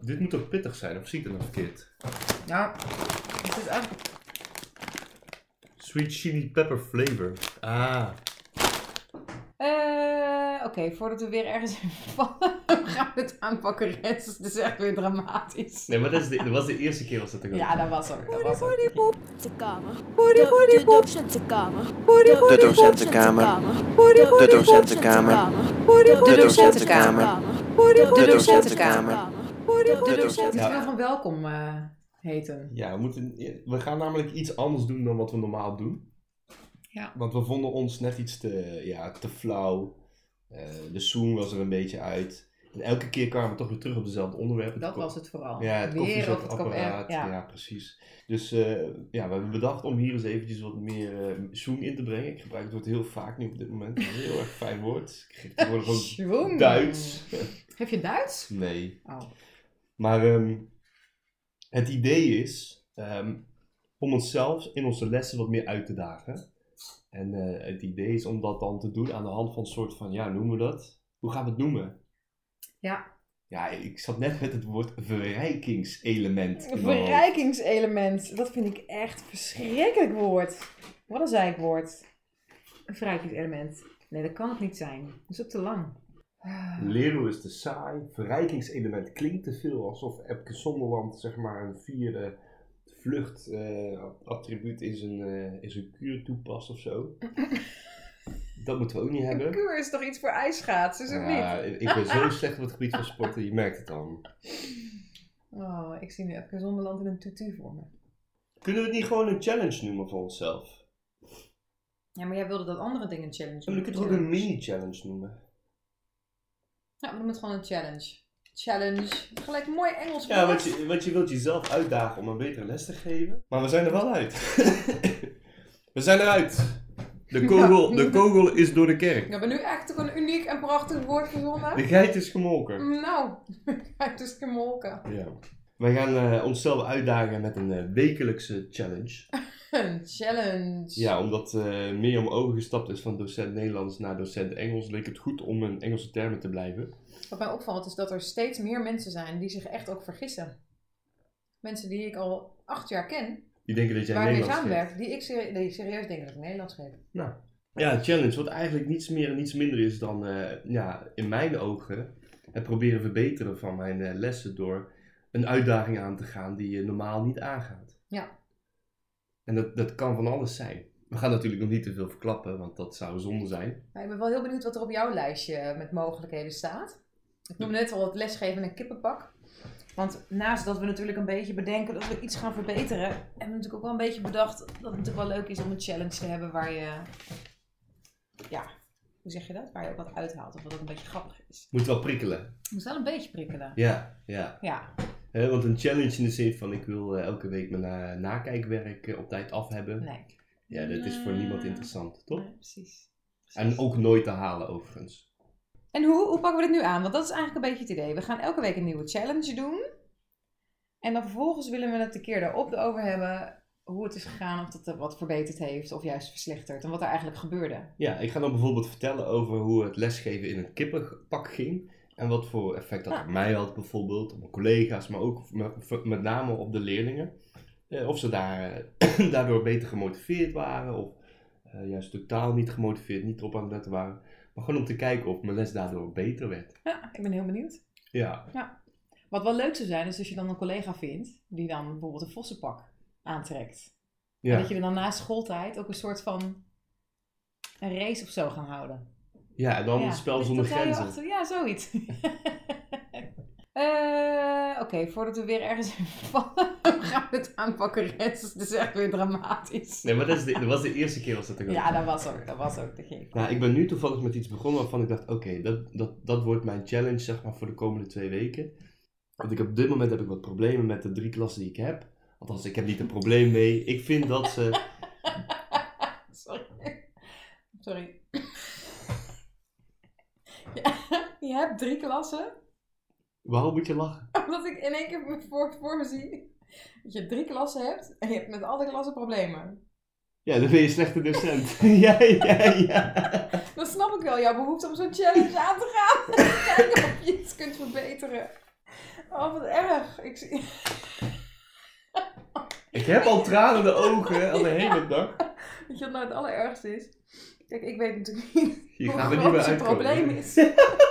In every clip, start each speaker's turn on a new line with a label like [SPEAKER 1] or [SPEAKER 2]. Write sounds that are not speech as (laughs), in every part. [SPEAKER 1] Dit moet toch pittig zijn, of zie ik dat nog verkeerd?
[SPEAKER 2] Ja, het is eigenlijk...
[SPEAKER 1] Sweet chili pepper flavor. Ah,
[SPEAKER 2] Eh, Oké, voordat we weer ergens in vallen, (laughs) gaan we het aanpakken. Rens. Het is dus echt weer dramatisch.
[SPEAKER 1] nee, maar dat, is de, dat was de eerste keer was dat ik ook-
[SPEAKER 2] Ja, dat was ook. Dat was ook.
[SPEAKER 3] docentenkamer. De, de docentenkamer. De
[SPEAKER 4] docentenkamer.
[SPEAKER 3] De
[SPEAKER 4] docentenkamer.
[SPEAKER 3] De
[SPEAKER 4] docentenkamer.
[SPEAKER 3] De
[SPEAKER 4] docentenkamer.
[SPEAKER 3] De
[SPEAKER 2] Dit
[SPEAKER 3] docentenkamer.
[SPEAKER 2] wil van welkom eh, heten.
[SPEAKER 1] Ja, we, moeten, we gaan namelijk iets anders doen dan wat we normaal doen.
[SPEAKER 2] Ja.
[SPEAKER 1] Want we vonden ons net iets te, ja, te flauw. Eh, de zoom was er een beetje uit. En elke keer kwamen we toch weer terug op dezelfde onderwerpen.
[SPEAKER 2] Dat was het vooral.
[SPEAKER 1] Ja, het
[SPEAKER 2] weer op het
[SPEAKER 1] koffiezetapparaat.
[SPEAKER 2] kamer.
[SPEAKER 1] Ja.
[SPEAKER 2] Ja.
[SPEAKER 1] ja, precies. Dus eh, ja, we hebben bedacht om hier eens eventjes wat meer eh zoen in te brengen. Ik gebruik het woord heel vaak nu op dit moment. Een heel erg fijn woord. Ik geef het woord gewoon
[SPEAKER 2] Schwung.
[SPEAKER 1] Duits.
[SPEAKER 2] Heb je Duits?
[SPEAKER 1] Nee,
[SPEAKER 2] Oh.
[SPEAKER 1] maar ehm, het idee is ehm, om onszelf in onze lessen wat meer uit te dagen. En eh, het idee is om dat dan te doen aan de hand van een soort van, ja, noemen we dat? Hoe gaan we het noemen?
[SPEAKER 2] Ja.
[SPEAKER 1] Ja, ik zat net met het woord verrijkingselement. in mijn hoofd.
[SPEAKER 2] Verrijkingselement. Dat vind ik echt een verschrikkelijk woord. Wat een zijkwoord. Een verrijkingselement. Nee, dat kan het niet zijn. Dat is ook te lang.
[SPEAKER 1] Lero is te saai. Verrijkingselement klinkt te veel alsof Epke Sonderland zeg maar een vierde eh, vluchtattribuut in zijn, eh, in zijn kuur toepast of
[SPEAKER 2] (laughs)
[SPEAKER 1] zo. Dat moeten we ook niet
[SPEAKER 2] Een
[SPEAKER 1] hebben.
[SPEAKER 2] kuur is toch iets voor ijsschaats, is het
[SPEAKER 1] Ja,
[SPEAKER 2] niet?
[SPEAKER 1] ik ben zo (laughs) slecht op het gebied van sporten, je merkt het dan.
[SPEAKER 2] Oh, ik zie nu even Zonderland in een tutu voor me.
[SPEAKER 1] Kunnen we het niet gewoon een challenge noemen voor onszelf?
[SPEAKER 2] Ja, maar jij wilde dat andere ding een challenge
[SPEAKER 1] Kunnen we het ook een mini-challenge noemen?
[SPEAKER 2] Ja, Nou, we noemen het gewoon een challenge. Challenge. Gelijk mooi Engels
[SPEAKER 1] Ja,
[SPEAKER 2] woord.
[SPEAKER 1] want je, want je wilt jezelf uitdagen om een betere les te geven. Maar we zijn er wel (laughs) uit. we zijn eruit. De kogel, de kogel is door de kerk.
[SPEAKER 2] Ik heb er nu echt ook een uniek en prachtig woord
[SPEAKER 1] De
[SPEAKER 2] verzonnen.
[SPEAKER 1] geit is gemolken.
[SPEAKER 2] Nou, (laughs) het is gemolken.
[SPEAKER 1] Ja. Wij gaan eh, onszelf uitdagen met een eh, wekelijkse challenge.
[SPEAKER 2] Een challenge.
[SPEAKER 1] Ja, omdat eh Mirjam overgestapt is van docent Nederlands naar docent Engels, leek het goed om in Engelse termen te blijven.
[SPEAKER 2] Wat mij opvalt is dat er steeds meer mensen zijn die zich echt ook vergissen. Mensen die ik al acht jaar ken,
[SPEAKER 1] Die denken dat jij
[SPEAKER 2] waar ik mee
[SPEAKER 1] Nederlands geeft.
[SPEAKER 2] samenwerk, die ik serie- die serieus denk dat ik Nederlands geef.
[SPEAKER 1] Ja, challenge, wat eigenlijk niets meer en niets minder is dan, eh, ja, in mijn ogen, het proberen verbeteren van mijn eh, lessen door een uitdaging aan te gaan die je normaal niet aangaat.
[SPEAKER 2] Ja.
[SPEAKER 1] En dat, dat kan van alles zijn. We gaan natuurlijk nog niet te veel verklappen, want dat zou zonde zijn.
[SPEAKER 2] Maar ik ben wel heel benieuwd wat er op jouw lijstje met mogelijkheden staat. Ik noemde net al het lesgeven en kippenpak. Want naast dat we natuurlijk een beetje bedenken dat we iets gaan verbeteren, hebben we natuurlijk ook wel een beetje bedacht dat het natuurlijk wel leuk is om een challenge te hebben waar je, ja, hoe zeg je dat? Waar je ook wat uithaalt of wat ook een beetje grappig is.
[SPEAKER 1] Moet wel prikkelen.
[SPEAKER 2] Het moet wel een beetje prikkelen.
[SPEAKER 1] Ja, ja.
[SPEAKER 2] Ja,
[SPEAKER 1] Hè, want een challenge in de zin van ik wil eh, elke week mijn eh, nakijkwerk eh, op tijd af hebben.
[SPEAKER 2] nee. Eh,
[SPEAKER 1] Ja, dat is voor niemand interessant, toch?
[SPEAKER 2] Nee, precies.
[SPEAKER 1] En ook nooit te halen overigens.
[SPEAKER 2] En hoe, hoe pakken we dit nu aan? Want dat is eigenlijk een beetje het idee. We gaan elke week een nieuwe challenge doen. En dan vervolgens willen we het de keer daarop erover hebben hoe het is gegaan. Of dat er wat verbeterd heeft of juist verslechterd. En wat er eigenlijk gebeurde.
[SPEAKER 1] Ja, ik ga dan bijvoorbeeld vertellen over hoe het lesgeven in een kippenpak ging. En wat voor effect dat
[SPEAKER 2] (laughs)
[SPEAKER 1] op mij had bijvoorbeeld, op mijn collega's, maar ook met, met name op de leerlingen. Eh, of ze daar, eh, (clears throat) daardoor beter gemotiveerd waren of eh, juist totaal niet gemotiveerd, niet op aan het letten waren. Maar gewoon om te kijken of mijn les daardoor beter werd.
[SPEAKER 2] Ja, ik ben heel benieuwd.
[SPEAKER 1] Ja,
[SPEAKER 2] Wat wel leuk zou zijn is als je dan een collega vindt die dan bijvoorbeeld een vossenpak aantrekt. En
[SPEAKER 1] ja.
[SPEAKER 2] dat je dan na schooltijd ook een soort van een race of zo gaan houden.
[SPEAKER 1] Ja, en dan
[SPEAKER 2] Ja,
[SPEAKER 1] het spel
[SPEAKER 2] dus
[SPEAKER 1] zonder
[SPEAKER 2] dat jij je
[SPEAKER 1] grenzen.
[SPEAKER 2] achter- ja,
[SPEAKER 1] (laughs)
[SPEAKER 2] zoiets. Eh, Oké, voordat we weer ergens in vallen, (laughs) gaan we het aanpakken. Rens. Het is echt weer dramatisch.
[SPEAKER 1] Nee, maar dat, is de, dat was de eerste keer was dat ik
[SPEAKER 2] Ja, dat was ook. Dat was ook de gek.
[SPEAKER 1] Nou, ik ben nu toevallig met iets begonnen waarvan ik dacht, oké, dat, dat, dat wordt mijn challenge zeg maar voor de komende twee weken. Want ik heb, op dit moment heb ik wat problemen met de drie klassen die ik heb. Althans, ik heb niet een probleem mee. Ik vind dat ze...
[SPEAKER 2] Sorry. Sorry. (laughs) Ja, je hebt drie klassen. (laughs)
[SPEAKER 1] Waarom moet je lachen?
[SPEAKER 2] Omdat ik in één keer voor, voor me zie dat je drie klassen hebt en je hebt met alle klassen problemen.
[SPEAKER 1] Ja, dan ben je een slechte docent. (laughs) ja, ja, ja.
[SPEAKER 2] (laughs) Dan snap ik wel jouw behoefte om zo'n challenge aan te gaan. Kijken of je iets kunt verbeteren. Oh, wat erg. Ik zie... (laughs)
[SPEAKER 1] Ik heb al tranende ogen al de hele dag.
[SPEAKER 2] Weet je wat nou het allerergste is? Kijk, ik weet natuurlijk niet
[SPEAKER 1] Hier
[SPEAKER 2] hoe
[SPEAKER 1] gaan we
[SPEAKER 2] groot
[SPEAKER 1] niet meer
[SPEAKER 2] zijn
[SPEAKER 1] uitkomen.
[SPEAKER 2] probleem is.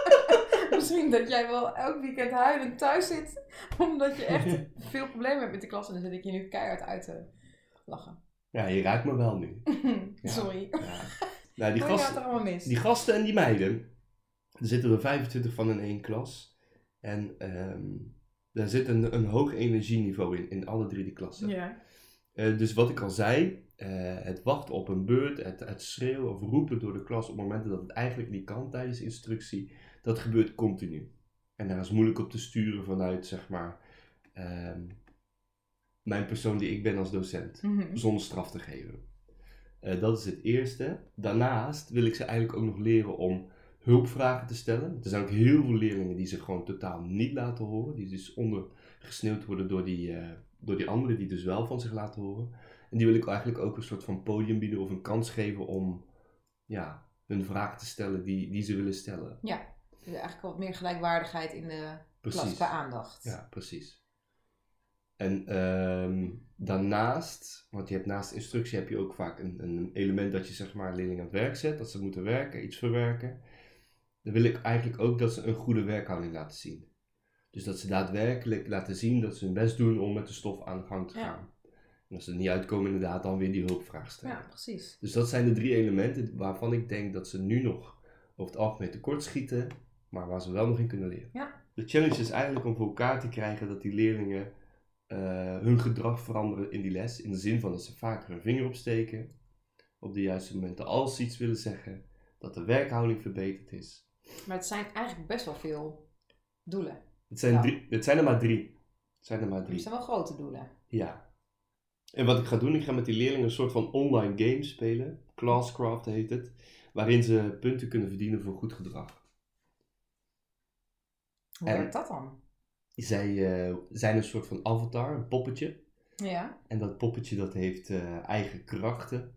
[SPEAKER 2] (laughs) Misschien dat jij wel elk weekend huilend thuis zit, omdat je echt
[SPEAKER 1] (laughs)
[SPEAKER 2] veel problemen hebt met de klas. En dan zit ik je nu keihard uit te lachen. (laughs)
[SPEAKER 1] Ja, je raakt me wel nu.
[SPEAKER 2] Sorry.
[SPEAKER 1] Ja. Nou, die
[SPEAKER 2] Hoe gaat
[SPEAKER 1] gasten,
[SPEAKER 2] er allemaal mis?
[SPEAKER 1] die gasten en die meiden, er zitten er 25 van in één klas. En ehm, daar zit een, een hoog energieniveau in, in alle drie die klassen.
[SPEAKER 2] Ja.
[SPEAKER 1] Eh, dus wat ik al zei, eh, het wachten op een beurt, het, het schreeuwen of roepen door de klas op momenten dat het eigenlijk niet kan tijdens instructie, dat gebeurt continu. En daar is moeilijk op te sturen vanuit, zeg maar, ehm, mijn persoon die ik ben als docent,
[SPEAKER 2] Mhm.
[SPEAKER 1] zonder straf te geven. Eh, dat is het eerste. Daarnaast wil ik ze eigenlijk ook nog leren om hulpvragen te stellen. Er zijn ook heel veel leerlingen die zich gewoon totaal niet laten horen, die dus ondergesneeuwd worden door die, eh, door die anderen die dus wel van zich laten horen. En die wil ik eigenlijk ook een soort van podium bieden of een kans geven om ja, hun vraag te stellen die, die ze willen stellen.
[SPEAKER 2] Dus eigenlijk wat meer gelijkwaardigheid in de klas
[SPEAKER 1] Precies.
[SPEAKER 2] qua aandacht.
[SPEAKER 1] Ja, precies. En ehm, daarnaast, want je hebt naast instructie heb je ook vaak een, een element dat je zeg maar leerlingen aan het werk zet, dat ze moeten werken, iets verwerken. Dan wil ik eigenlijk ook dat ze een goede werkhouding laten zien. Dus dat ze daadwerkelijk laten zien dat ze hun best doen om met de stof aan de gang te
[SPEAKER 2] Ja.
[SPEAKER 1] gaan. En als ze er niet uitkomen, inderdaad, dan weer die hulpvraag stellen.
[SPEAKER 2] Ja, precies.
[SPEAKER 1] Dus dat zijn de drie elementen waarvan ik denk dat ze nu nog over het algemeen tekortschieten, maar waar ze wel nog in kunnen leren.
[SPEAKER 2] Ja.
[SPEAKER 1] De challenge is eigenlijk om voor elkaar te krijgen dat die leerlingen eh, hun gedrag veranderen in die les. In de zin van dat ze vaker hun vinger opsteken, op de juiste momenten als ze iets willen zeggen, dat de werkhouding verbeterd is.
[SPEAKER 2] Maar het zijn eigenlijk best wel veel doelen.
[SPEAKER 1] Het zijn,
[SPEAKER 2] Ja.
[SPEAKER 1] drie, het zijn er maar drie. Het zijn er maar
[SPEAKER 2] Het
[SPEAKER 1] drie.
[SPEAKER 2] zijn wel grote doelen.
[SPEAKER 1] Ja. En wat ik ga doen, ik ga met die leerlingen een soort van online game spelen. Classcraft heet het. Waarin ze punten kunnen verdienen voor goed gedrag.
[SPEAKER 2] Hoe
[SPEAKER 1] En-
[SPEAKER 2] werkt dat dan?
[SPEAKER 1] Zij eh, zijn een soort van avatar, een poppetje.
[SPEAKER 2] Ja.
[SPEAKER 1] En dat poppetje dat heeft eh, eigen krachten.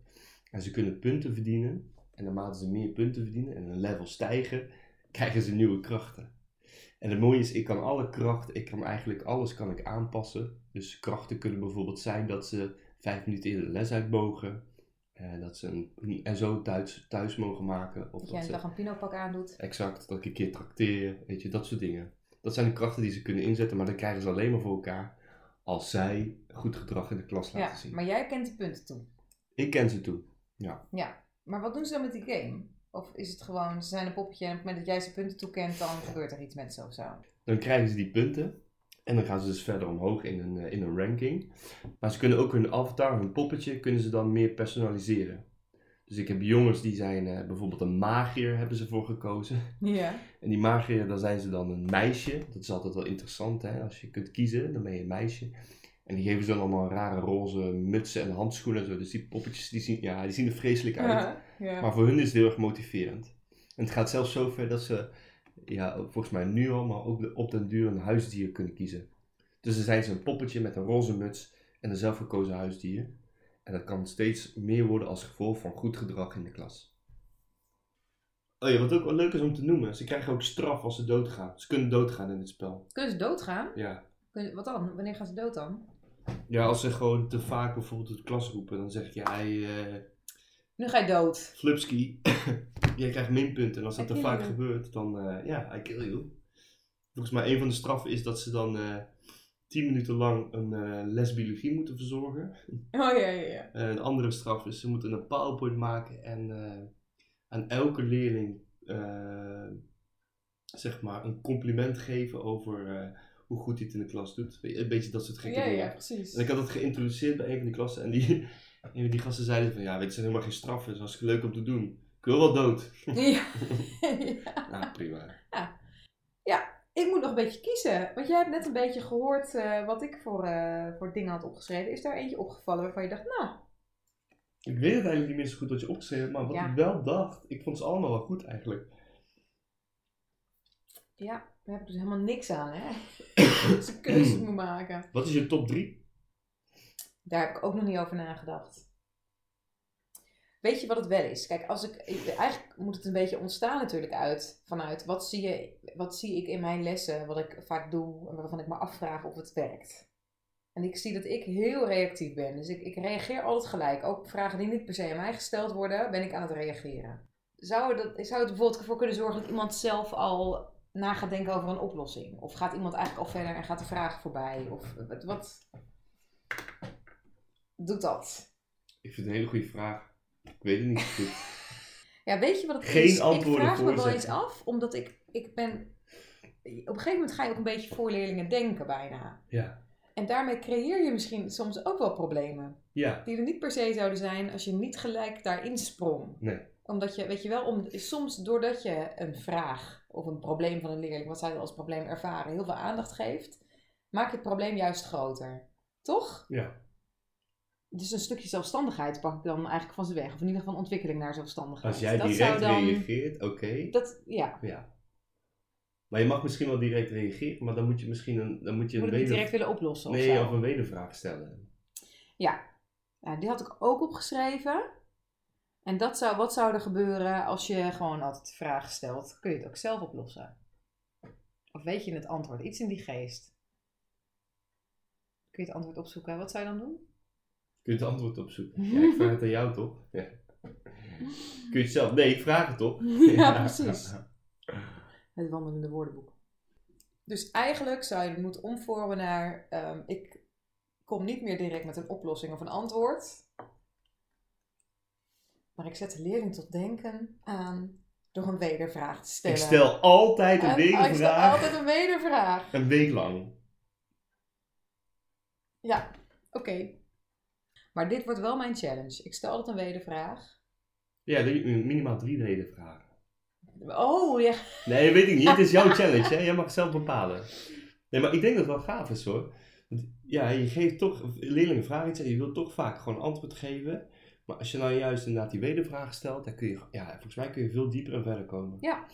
[SPEAKER 1] En ze kunnen punten verdienen. En naarmate ze meer punten verdienen en hun level stijgen, (laughs) krijgen ze nieuwe krachten. En het mooie is, ik kan alle krachten, ik kan eigenlijk alles kan ik aanpassen. Dus krachten kunnen bijvoorbeeld zijn dat ze vijf minuten eerder de les uit mogen. eh, dat ze een en zo thuis, thuis mogen maken. Of
[SPEAKER 2] Dat jij
[SPEAKER 1] dat
[SPEAKER 2] een
[SPEAKER 1] ze,
[SPEAKER 2] dag een pinopak aandoet.
[SPEAKER 1] Exact, dat ik een keer trakteer, weet je, dat soort dingen. Dat zijn de krachten die ze kunnen inzetten, maar dat krijgen ze alleen maar voor elkaar als zij goed gedrag in de klas laten
[SPEAKER 2] Ja,
[SPEAKER 1] zien.
[SPEAKER 2] maar jij kent de punten toe.
[SPEAKER 1] Ik ken ze toe.
[SPEAKER 2] Ja, maar wat doen ze dan met die game? Of is het gewoon, ze zijn een poppetje en op het moment dat jij ze punten toekent, dan gebeurt er iets met ze of zo?
[SPEAKER 1] Dan krijgen ze die punten en dan gaan ze dus verder omhoog in een, eh, in een ranking. Maar ze kunnen ook hun avatar, hun poppetje, kunnen ze dan meer personaliseren. Dus ik heb jongens die zijn eh, bijvoorbeeld een magier hebben ze voor gekozen.
[SPEAKER 2] Ja.
[SPEAKER 1] En die magier, daar zijn ze dan een meisje. Dat is altijd wel interessant, hè. Als je kunt kiezen, dan ben je een meisje. En die geven ze dan allemaal rare roze mutsen en handschoenen en zo. Dus die poppetjes, die zien, ja, die zien er vreselijk uit.
[SPEAKER 2] (laughs) Ja.
[SPEAKER 1] Maar voor hun is het heel erg motiverend. En het gaat zelfs zover dat ze, ja, volgens mij nu al, maar ook de- op den duur een huisdier kunnen kiezen. Dus dan zijn ze een poppetje met een roze muts en een zelfgekozen huisdier. En dat kan steeds meer worden als gevolg van goed gedrag in de klas. Oh ja, wat ook wel leuk is om te noemen, ze krijgen ook straf als ze doodgaan. Ze kunnen doodgaan in het spel.
[SPEAKER 2] Kunnen ze doodgaan?
[SPEAKER 1] Ja.
[SPEAKER 2] Kunnen- wat dan? Wanneer gaan ze dood dan?
[SPEAKER 1] Ja, als ze gewoon te vaak bijvoorbeeld uit de klas roepen, dan zeg jij, eh
[SPEAKER 2] Nu ga je dood.
[SPEAKER 1] Flupski, (coughs) jij krijgt minpunten. En als dat
[SPEAKER 2] I
[SPEAKER 1] te
[SPEAKER 2] kill
[SPEAKER 1] vaak
[SPEAKER 2] you.
[SPEAKER 1] gebeurt, dan eh, ja, I kill you. Volgens mij een van de straffen is dat ze dan eh 10 minuten lang een eh, les biologie moeten verzorgen.
[SPEAKER 2] Oh ja, ja, ja.
[SPEAKER 1] Eh, een andere straf is ze moeten een powerpoint maken en eh, aan elke leerling eh, zeg maar een compliment geven over eh, hoe goed hij het in de klas doet. Een beetje dat soort gekke
[SPEAKER 2] Ja,
[SPEAKER 1] dingen.
[SPEAKER 2] ja, precies.
[SPEAKER 1] En ik had dat geïntroduceerd bij een van die klassen. En die, (laughs) en die gasten zeiden van, ja, weet je, het zijn helemaal geen straffen. Het is hartstikke leuk om te doen. Ik wil wel dood.
[SPEAKER 2] (laughs) Ja.
[SPEAKER 1] (laughs)
[SPEAKER 2] (laughs)
[SPEAKER 1] Nou, prima.
[SPEAKER 2] Ik moet nog een beetje kiezen. Want jij hebt net een beetje gehoord eh, wat ik voor, eh, voor dingen had opgeschreven. Is daar eentje opgevallen waarvan je dacht, nou,
[SPEAKER 1] Ik weet het eigenlijk niet meer zo goed wat je opgeschreven hebt. Maar wat
[SPEAKER 2] Ja.
[SPEAKER 1] ik wel dacht, ik vond ze allemaal wel goed eigenlijk.
[SPEAKER 2] ja, daar heb ik dus helemaal niks aan, hè? (coughs) Dus Dat is een keuze moet maken.
[SPEAKER 1] Wat is je top 3?
[SPEAKER 2] Daar heb ik ook nog niet over nagedacht. Weet je wat het wel is? Kijk, als ik, ik- eigenlijk moet het een beetje ontstaan natuurlijk uit. Vanuit wat zie, je, wat zie ik in mijn lessen, wat ik vaak doe en waarvan ik me afvraag of het werkt. En ik zie dat ik heel reactief ben. Dus ik, ik reageer altijd gelijk. Ook op vragen die niet per se aan mij gesteld worden, ben ik aan het reageren. Zou, dat, zou het bijvoorbeeld ervoor kunnen zorgen dat iemand zelf al na gaat denken over een oplossing? Of gaat iemand eigenlijk al verder en gaat de vraag voorbij? Of wat, wat doet dat?
[SPEAKER 1] Ik vind het een hele goede vraag. Ik weet het niet zo goed.
[SPEAKER 2] Ja, weet je wat het
[SPEAKER 1] Geen
[SPEAKER 2] is? Ik
[SPEAKER 1] antwoorden
[SPEAKER 2] vraag me wel
[SPEAKER 1] voorzetten.
[SPEAKER 2] eens af, omdat ik, ik ben... Op een gegeven moment ga je ook een beetje voor leerlingen denken bijna.
[SPEAKER 1] (laughs) Ja.
[SPEAKER 2] En daarmee creëer je misschien soms ook wel problemen.
[SPEAKER 1] Ja,
[SPEAKER 2] Die er niet per se zouden zijn als je niet gelijk daarin sprong.
[SPEAKER 1] Nee.
[SPEAKER 2] Omdat je, weet je wel, om, soms doordat je een vraag of een probleem van een leerling, wat zij als probleem ervaren, heel veel aandacht geeft, maak je het probleem juist groter. Toch?
[SPEAKER 1] Ja.
[SPEAKER 2] Dus een stukje zelfstandigheid pak ik dan eigenlijk van ze weg. Of in ieder geval een ontwikkeling naar zelfstandigheid.
[SPEAKER 1] als jij
[SPEAKER 2] Dus dat
[SPEAKER 1] direct
[SPEAKER 2] zou dan,
[SPEAKER 1] reageert, oké.
[SPEAKER 2] Dat, ja,
[SPEAKER 1] Maar je mag misschien wel direct reageren, maar dan moet je misschien een, dan moet je
[SPEAKER 2] moet
[SPEAKER 1] een
[SPEAKER 2] ik
[SPEAKER 1] weder-
[SPEAKER 2] niet direct willen oplossen of
[SPEAKER 1] nee,
[SPEAKER 2] zo.
[SPEAKER 1] of een wedervraag stellen.
[SPEAKER 2] Nou, die had ik ook opgeschreven. En dat zou, wat zou er gebeuren als je gewoon altijd de vraag stelt? Kun je het ook zelf oplossen? Of weet je het antwoord? Iets in die geest. Kun je het antwoord opzoeken? Wat zou je dan
[SPEAKER 1] (laughs)
[SPEAKER 2] doen?
[SPEAKER 1] Kun je het antwoord
[SPEAKER 2] (laughs)
[SPEAKER 1] opzoeken? Ja, ik vraag het aan jou toch? Ja. Kun je het zelf? Nee, ik vraag het op.
[SPEAKER 2] Ja, precies. Het wandelende woordenboek. Dus eigenlijk zou je het moeten omvormen naar... ehm, ik kom niet meer direct met een oplossing of een antwoord. Maar ik zet de leerling tot denken aan door een wedervraag te
[SPEAKER 1] Ik
[SPEAKER 2] stellen.
[SPEAKER 1] stel altijd een
[SPEAKER 2] En- oh, Ik stel
[SPEAKER 1] wedervraag.
[SPEAKER 2] altijd een wedervraag.
[SPEAKER 1] Een week lang.
[SPEAKER 2] Ja, oké. Maar dit wordt wel mijn challenge. Ik stel altijd een wedervraag.
[SPEAKER 1] Ja, drie- minimaal drie wedervragen.
[SPEAKER 2] Oh, ja.
[SPEAKER 1] Nee, weet ik niet. Het is
[SPEAKER 2] (laughs)
[SPEAKER 1] jouw challenge, hè? Jij mag het zelf bepalen. Nee, maar ik denk dat het wel gaaf is hoor. Want, ja, je geeft toch, leerlingen vragen iets en je wilt toch vaak gewoon antwoord geven. Maar als je nou juist inderdaad die wedervraag stelt, dan kun je, ja, volgens mij kun je veel dieper en verder komen.
[SPEAKER 2] Ja.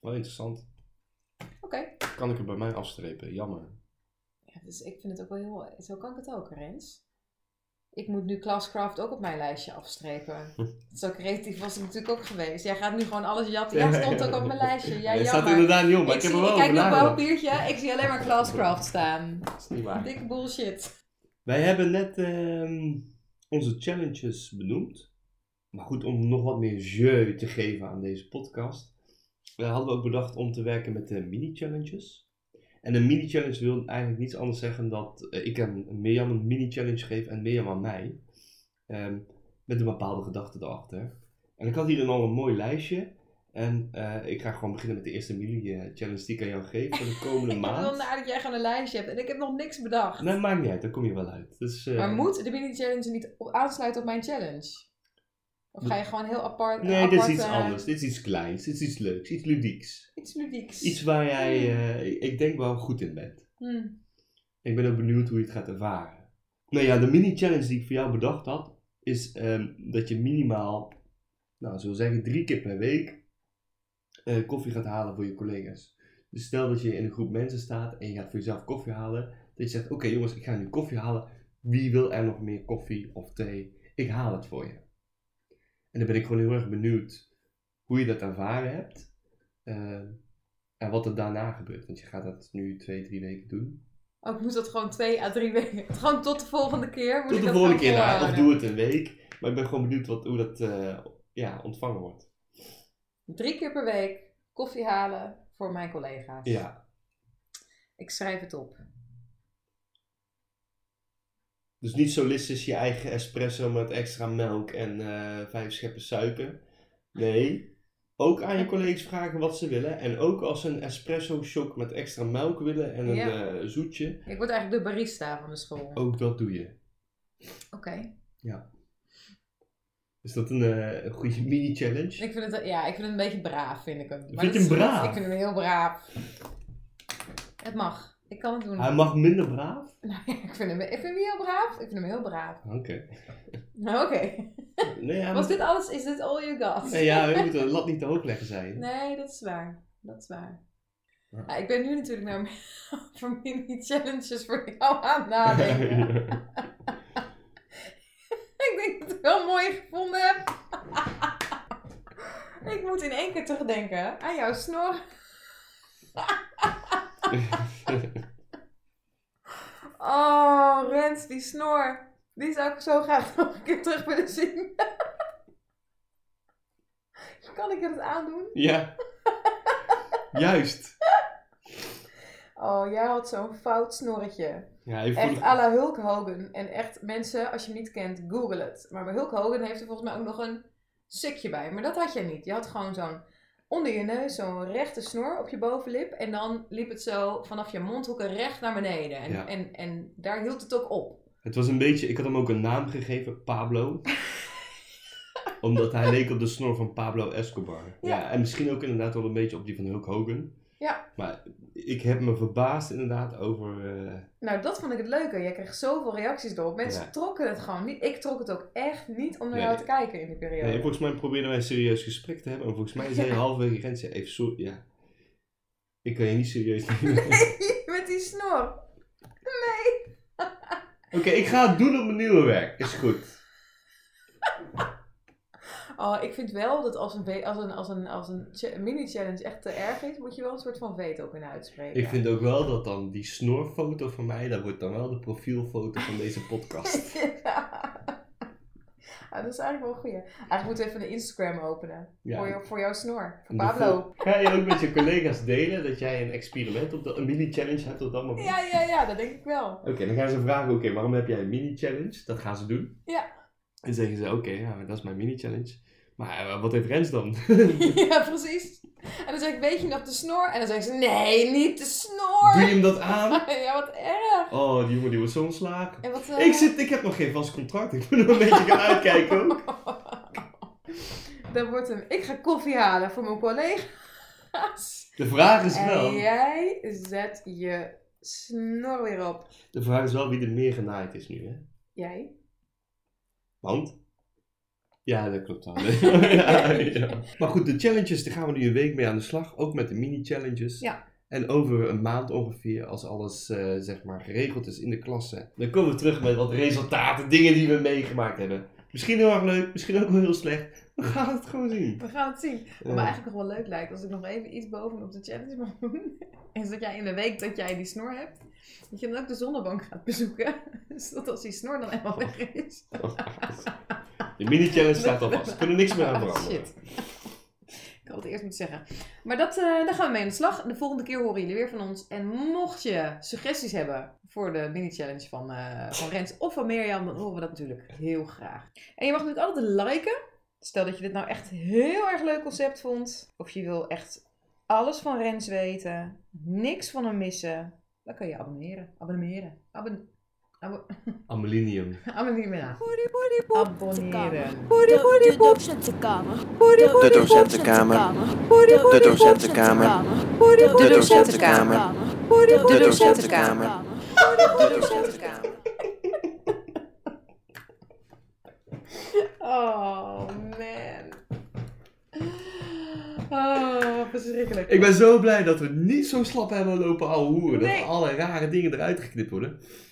[SPEAKER 1] Wel interessant.
[SPEAKER 2] Oké.
[SPEAKER 1] Kan ik het bij mij afstrepen? Jammer.
[SPEAKER 2] Ja, dus ik vind het ook wel heel... Zo kan ik het ook, Rens. Ik moet nu Classcraft ook op mijn lijstje
[SPEAKER 1] (laughs)
[SPEAKER 2] afstrepen. Zo creatief was ik natuurlijk ook geweest. Jij gaat nu gewoon alles jatten. Jij stond ook op mijn lijstje. Jij
[SPEAKER 1] Nee, het staat er
[SPEAKER 2] jammer.
[SPEAKER 1] inderdaad niet om, maar ik,
[SPEAKER 2] ik
[SPEAKER 1] heb
[SPEAKER 2] zie-
[SPEAKER 1] er wel
[SPEAKER 2] ik
[SPEAKER 1] over
[SPEAKER 2] kijk naar
[SPEAKER 1] nagedacht.
[SPEAKER 2] papiertje. Ik zie alleen maar Classcraft staan.
[SPEAKER 1] Dat is niet waar.
[SPEAKER 2] Dikke bullshit.
[SPEAKER 1] Wij hebben net ehm, onze challenges benoemd. Maar goed, om nog wat meer jeu te geven aan deze podcast, eh, hadden we ook bedacht om te werken met de mini-challenges. En een mini-challenge wil eigenlijk niets anders zeggen dan dat eh, ik aan Mirjam een mini-challenge geef en Mirjam aan mij. Ehm, met een bepaalde gedachte erachter. En ik had hier dan al een mooi lijstje. En eh, ik ga gewoon beginnen met de eerste mini-challenge die ik aan jou geef voor de komende
[SPEAKER 2] (laughs) Ik wil
[SPEAKER 1] maand.
[SPEAKER 2] naar dat jij gewoon een lijstje hebt. En ik heb nog niks bedacht.
[SPEAKER 1] Nee, maakt niet uit, daar kom je wel uit. Dus, eh,
[SPEAKER 2] Maar moet de mini-challenge niet op, aansluiten op mijn challenge? Of ga je gewoon heel apart...
[SPEAKER 1] Nee,
[SPEAKER 2] apart,
[SPEAKER 1] dit is iets
[SPEAKER 2] eh,
[SPEAKER 1] anders. Dit is iets kleins. Dit is iets leuks. Iets ludieks.
[SPEAKER 2] Iets ludieks.
[SPEAKER 1] Iets waar jij,
[SPEAKER 2] Hmm.
[SPEAKER 1] eh, ik- ik denk, wel goed in bent.
[SPEAKER 2] Hmm.
[SPEAKER 1] Ik ben ook benieuwd hoe je het gaat ervaren. Nou ja, de mini-challenge die ik voor jou bedacht had, is ehm, dat je minimaal, nou, zullen we zeggen, drie keer per week eh, koffie gaat halen voor je collega's. Dus stel dat je in een groep mensen staat en je gaat voor jezelf koffie halen, dat je zegt, oké jongens, ik ga nu koffie halen. Wie wil er nog meer koffie of thee? Ik haal het voor je. En dan ben ik gewoon heel erg benieuwd hoe je dat ervaren hebt ehm, en wat er daarna gebeurt. Want je gaat dat nu twee, drie weken doen.
[SPEAKER 2] Oh, ik moet dat gewoon twee à drie (laughs) weken... Gewoon tot de volgende keer. Moet
[SPEAKER 1] Tot
[SPEAKER 2] ik
[SPEAKER 1] de
[SPEAKER 2] dat
[SPEAKER 1] volgende
[SPEAKER 2] gewoon
[SPEAKER 1] keer na, of
[SPEAKER 2] volhouden?
[SPEAKER 1] doe het een week. Maar ik ben gewoon benieuwd wat, hoe dat eh, ja, ontvangen wordt.
[SPEAKER 2] Drie keer per week koffie halen voor mijn collega's.
[SPEAKER 1] Ja.
[SPEAKER 2] Ik schrijf het op.
[SPEAKER 1] Dus niet solistisch je eigen espresso met extra melk en eh, vijf scheppen suiker. Nee. Ook aan je collega's vragen wat ze willen. En ook als ze een espresso shock met extra melk willen en een
[SPEAKER 2] Ja.
[SPEAKER 1] eh, zoetje.
[SPEAKER 2] Ik word eigenlijk de barista van de school. Oké.
[SPEAKER 1] Ook dat doe je. Is dat een, eh, een goede mini-challenge?
[SPEAKER 2] Ik vind het... Ja, ik vind het een beetje braaf, vind ik hem. Maar
[SPEAKER 1] je
[SPEAKER 2] dat is
[SPEAKER 1] hem
[SPEAKER 2] goed.
[SPEAKER 1] braaf?
[SPEAKER 2] Ik vind hem heel braaf. Het mag. Ik kan het doen. (laughs)
[SPEAKER 1] Hij mag minder braaf?
[SPEAKER 2] ik, vind hem, ik vind hem heel braaf. Ik vind hem heel braaf. Nou,
[SPEAKER 1] Oké.
[SPEAKER 2] (laughs) Oké.
[SPEAKER 1] Nee, hij
[SPEAKER 2] Was
[SPEAKER 1] moet-
[SPEAKER 2] dit alles? Is dit all you got?
[SPEAKER 1] Nee, Ehm, ja, we moeten de lat niet te hoog leggen, zei je.
[SPEAKER 2] Nee, dat is waar. Dat is waar.
[SPEAKER 1] Ja.
[SPEAKER 2] Ja, ik ben nu natuurlijk naar (laughs) voor
[SPEAKER 1] (laughs)
[SPEAKER 2] mini-challenges voor jou aan het nadenken.
[SPEAKER 1] Ja.
[SPEAKER 2] (laughs) ik denk dat het wel mooi gevonden hebt. (laughs) ik moet in één keer terugdenken aan jouw snor.
[SPEAKER 1] (laughs)
[SPEAKER 2] (laughs) oh, Rens, die snor. Die zou ik zo graag (laughs) nog een keer terug willen zien. (laughs) kan ik het aandoen?
[SPEAKER 1] (laughs) Ja. Juist.
[SPEAKER 2] Oh, jij had zo'n fout snorretje.
[SPEAKER 1] Ja, even voor
[SPEAKER 2] Echt
[SPEAKER 1] de-
[SPEAKER 2] à la Hulk Hogan. En echt, mensen, als je hem niet kent, google het. Maar bij Hulk Hogan heeft er volgens mij ook nog een sikje bij. Maar dat had jij niet. Je had gewoon zo'n onder je neus, zo'n rechte snor op je bovenlip. En dan liep het zo vanaf je mondhoeken recht naar beneden. En,
[SPEAKER 1] Ja.
[SPEAKER 2] en, en daar hield het ook op.
[SPEAKER 1] Het was een beetje, ik had hem ook een naam gegeven, Pablo. Omdat hij leek op de snor van Pablo Escobar. Ja.
[SPEAKER 2] Ja.
[SPEAKER 1] en misschien ook inderdaad wel een beetje op die van Hulk Hogan.
[SPEAKER 2] Ja.
[SPEAKER 1] Maar ik heb me verbaasd inderdaad over... eh,
[SPEAKER 2] Nou, dat vond ik het leuke. Jij kreeg zoveel reacties erop. Mensen
[SPEAKER 1] Ja.
[SPEAKER 2] trokken het gewoon niet. Ik trok het ook echt niet om naar
[SPEAKER 1] Nee.
[SPEAKER 2] jou te kijken in die periode.
[SPEAKER 1] nee,
[SPEAKER 2] (laughs)
[SPEAKER 1] volgens mij probeerden wij een serieus gesprek te hebben. En volgens mij zei je halverwege Rens, ja, even sorry, ja. Ik kan je niet serieus nemen.
[SPEAKER 2] Met die snor.
[SPEAKER 1] Oké, ik ga het doen op mijn nieuwe werk. Is goed.
[SPEAKER 2] Oh, ik vind wel dat als een, we- als een, als een, als een cha- mini-challenge echt te erg is, moet je wel een soort van veto kunnen uitspreken.
[SPEAKER 1] Ik vind ook wel dat dan die snorfoto van mij, dat wordt dan wel de profielfoto van deze
[SPEAKER 2] (laughs)
[SPEAKER 1] podcast.
[SPEAKER 2] ja. (laughs) Ah, dat is eigenlijk wel een goeie. Eigenlijk moeten we even een Instagram openen.
[SPEAKER 1] Ja,
[SPEAKER 2] Voor, jou, voor jouw snor. Voor
[SPEAKER 1] En de
[SPEAKER 2] Pablo.
[SPEAKER 1] vol- Ga je ook met je collega's delen dat jij een experiment op de een mini-challenge hebt op dat moment?
[SPEAKER 2] Ja, ja, ja, dat denk ik
[SPEAKER 1] (laughs)
[SPEAKER 2] wel.
[SPEAKER 1] Oké, dan gaan ze vragen, oké, waarom heb jij een mini-challenge? Dat gaan ze doen.
[SPEAKER 2] Ja.
[SPEAKER 1] En zeggen ze, oké, ja, dat is mijn mini-challenge. Maar eh, wat heeft Rens
[SPEAKER 2] (laughs)
[SPEAKER 1] dan? (laughs)
[SPEAKER 2] ja, precies. En dan zeg ik, weet je nog de snor? En dan zeggen ze, nee, niet
[SPEAKER 1] Doe je
[SPEAKER 2] de (laughs) snor.
[SPEAKER 1] hem dat aan?
[SPEAKER 2] ja, wat erg.
[SPEAKER 1] Oh, die jongen die wordt zo ontslagen.
[SPEAKER 2] En wat, eh,
[SPEAKER 1] Ik, zit, ik heb nog geen vast contract, ik moet nog een beetje gaan uitkijken
[SPEAKER 2] (laughs)
[SPEAKER 1] ook.
[SPEAKER 2] Dan wordt hem, ik ga koffie halen voor mijn collega's.
[SPEAKER 1] De vraag is wel,
[SPEAKER 2] En jij zet je snor weer op.
[SPEAKER 1] de vraag is wel wie er meer genaaid is nu, hè?
[SPEAKER 2] Jij?
[SPEAKER 1] Want? Ja, dat klopt (laughs) wel. ja, ja. Maar goed, de challenges, daar gaan we nu een week mee aan de slag. Ook met de mini-challenges.
[SPEAKER 2] Ja.
[SPEAKER 1] En over een maand ongeveer, als alles eh, zeg maar geregeld is in de klasse, dan komen we terug met wat resultaten, dingen die we meegemaakt hebben. Misschien heel erg leuk, misschien ook wel heel slecht. We gaan het gewoon (laughs) zien.
[SPEAKER 2] We gaan het zien. Wat me
[SPEAKER 1] Eh,
[SPEAKER 2] eigenlijk nog wel leuk lijkt, als ik nog even iets bovenop de (laughs) challenge mag doen, is dat jij in de week dat jij die snor hebt, dat je dan ook de zonnebank gaat bezoeken. (laughs) Zodat als die snor dan helemaal weg is.
[SPEAKER 1] de mini-challenge staat al vast. We kunnen niks meer aan
[SPEAKER 2] Ah,
[SPEAKER 1] veranderen.
[SPEAKER 2] shit. Ik had het eerst moeten zeggen. Maar dat, eh, daar gaan we mee aan de slag. De volgende keer horen jullie weer van ons. En mocht je suggesties hebben voor de mini-challenge van, eh, van Rens of van Mirjam, dan horen we dat natuurlijk heel graag. En je mag natuurlijk altijd liken. Stel dat je dit nou echt heel erg leuk concept vond. Of je wil echt alles van Rens weten. Niks van hem missen. Dan kan je abonneren. Abonneren. Abon (laughs) abo-
[SPEAKER 1] Amelinium.
[SPEAKER 2] abonneren. Abonneren. Abonneren.
[SPEAKER 3] De docentenkamer.
[SPEAKER 4] De docentenkamer. De docentenkamer.
[SPEAKER 3] De
[SPEAKER 4] De
[SPEAKER 3] docentenkamer.
[SPEAKER 4] docentenkamer.
[SPEAKER 3] De
[SPEAKER 4] De
[SPEAKER 3] docentenkamer.
[SPEAKER 4] docentenkamer.
[SPEAKER 3] De docentenkamer.
[SPEAKER 2] Oh, man. Oh, verschrikkelijk.
[SPEAKER 1] Ik ben zo blij dat we niet zo slap hebben lopen ouwe hoeren.
[SPEAKER 2] Nee.
[SPEAKER 1] Dat alle rare dingen eruit geknipt worden.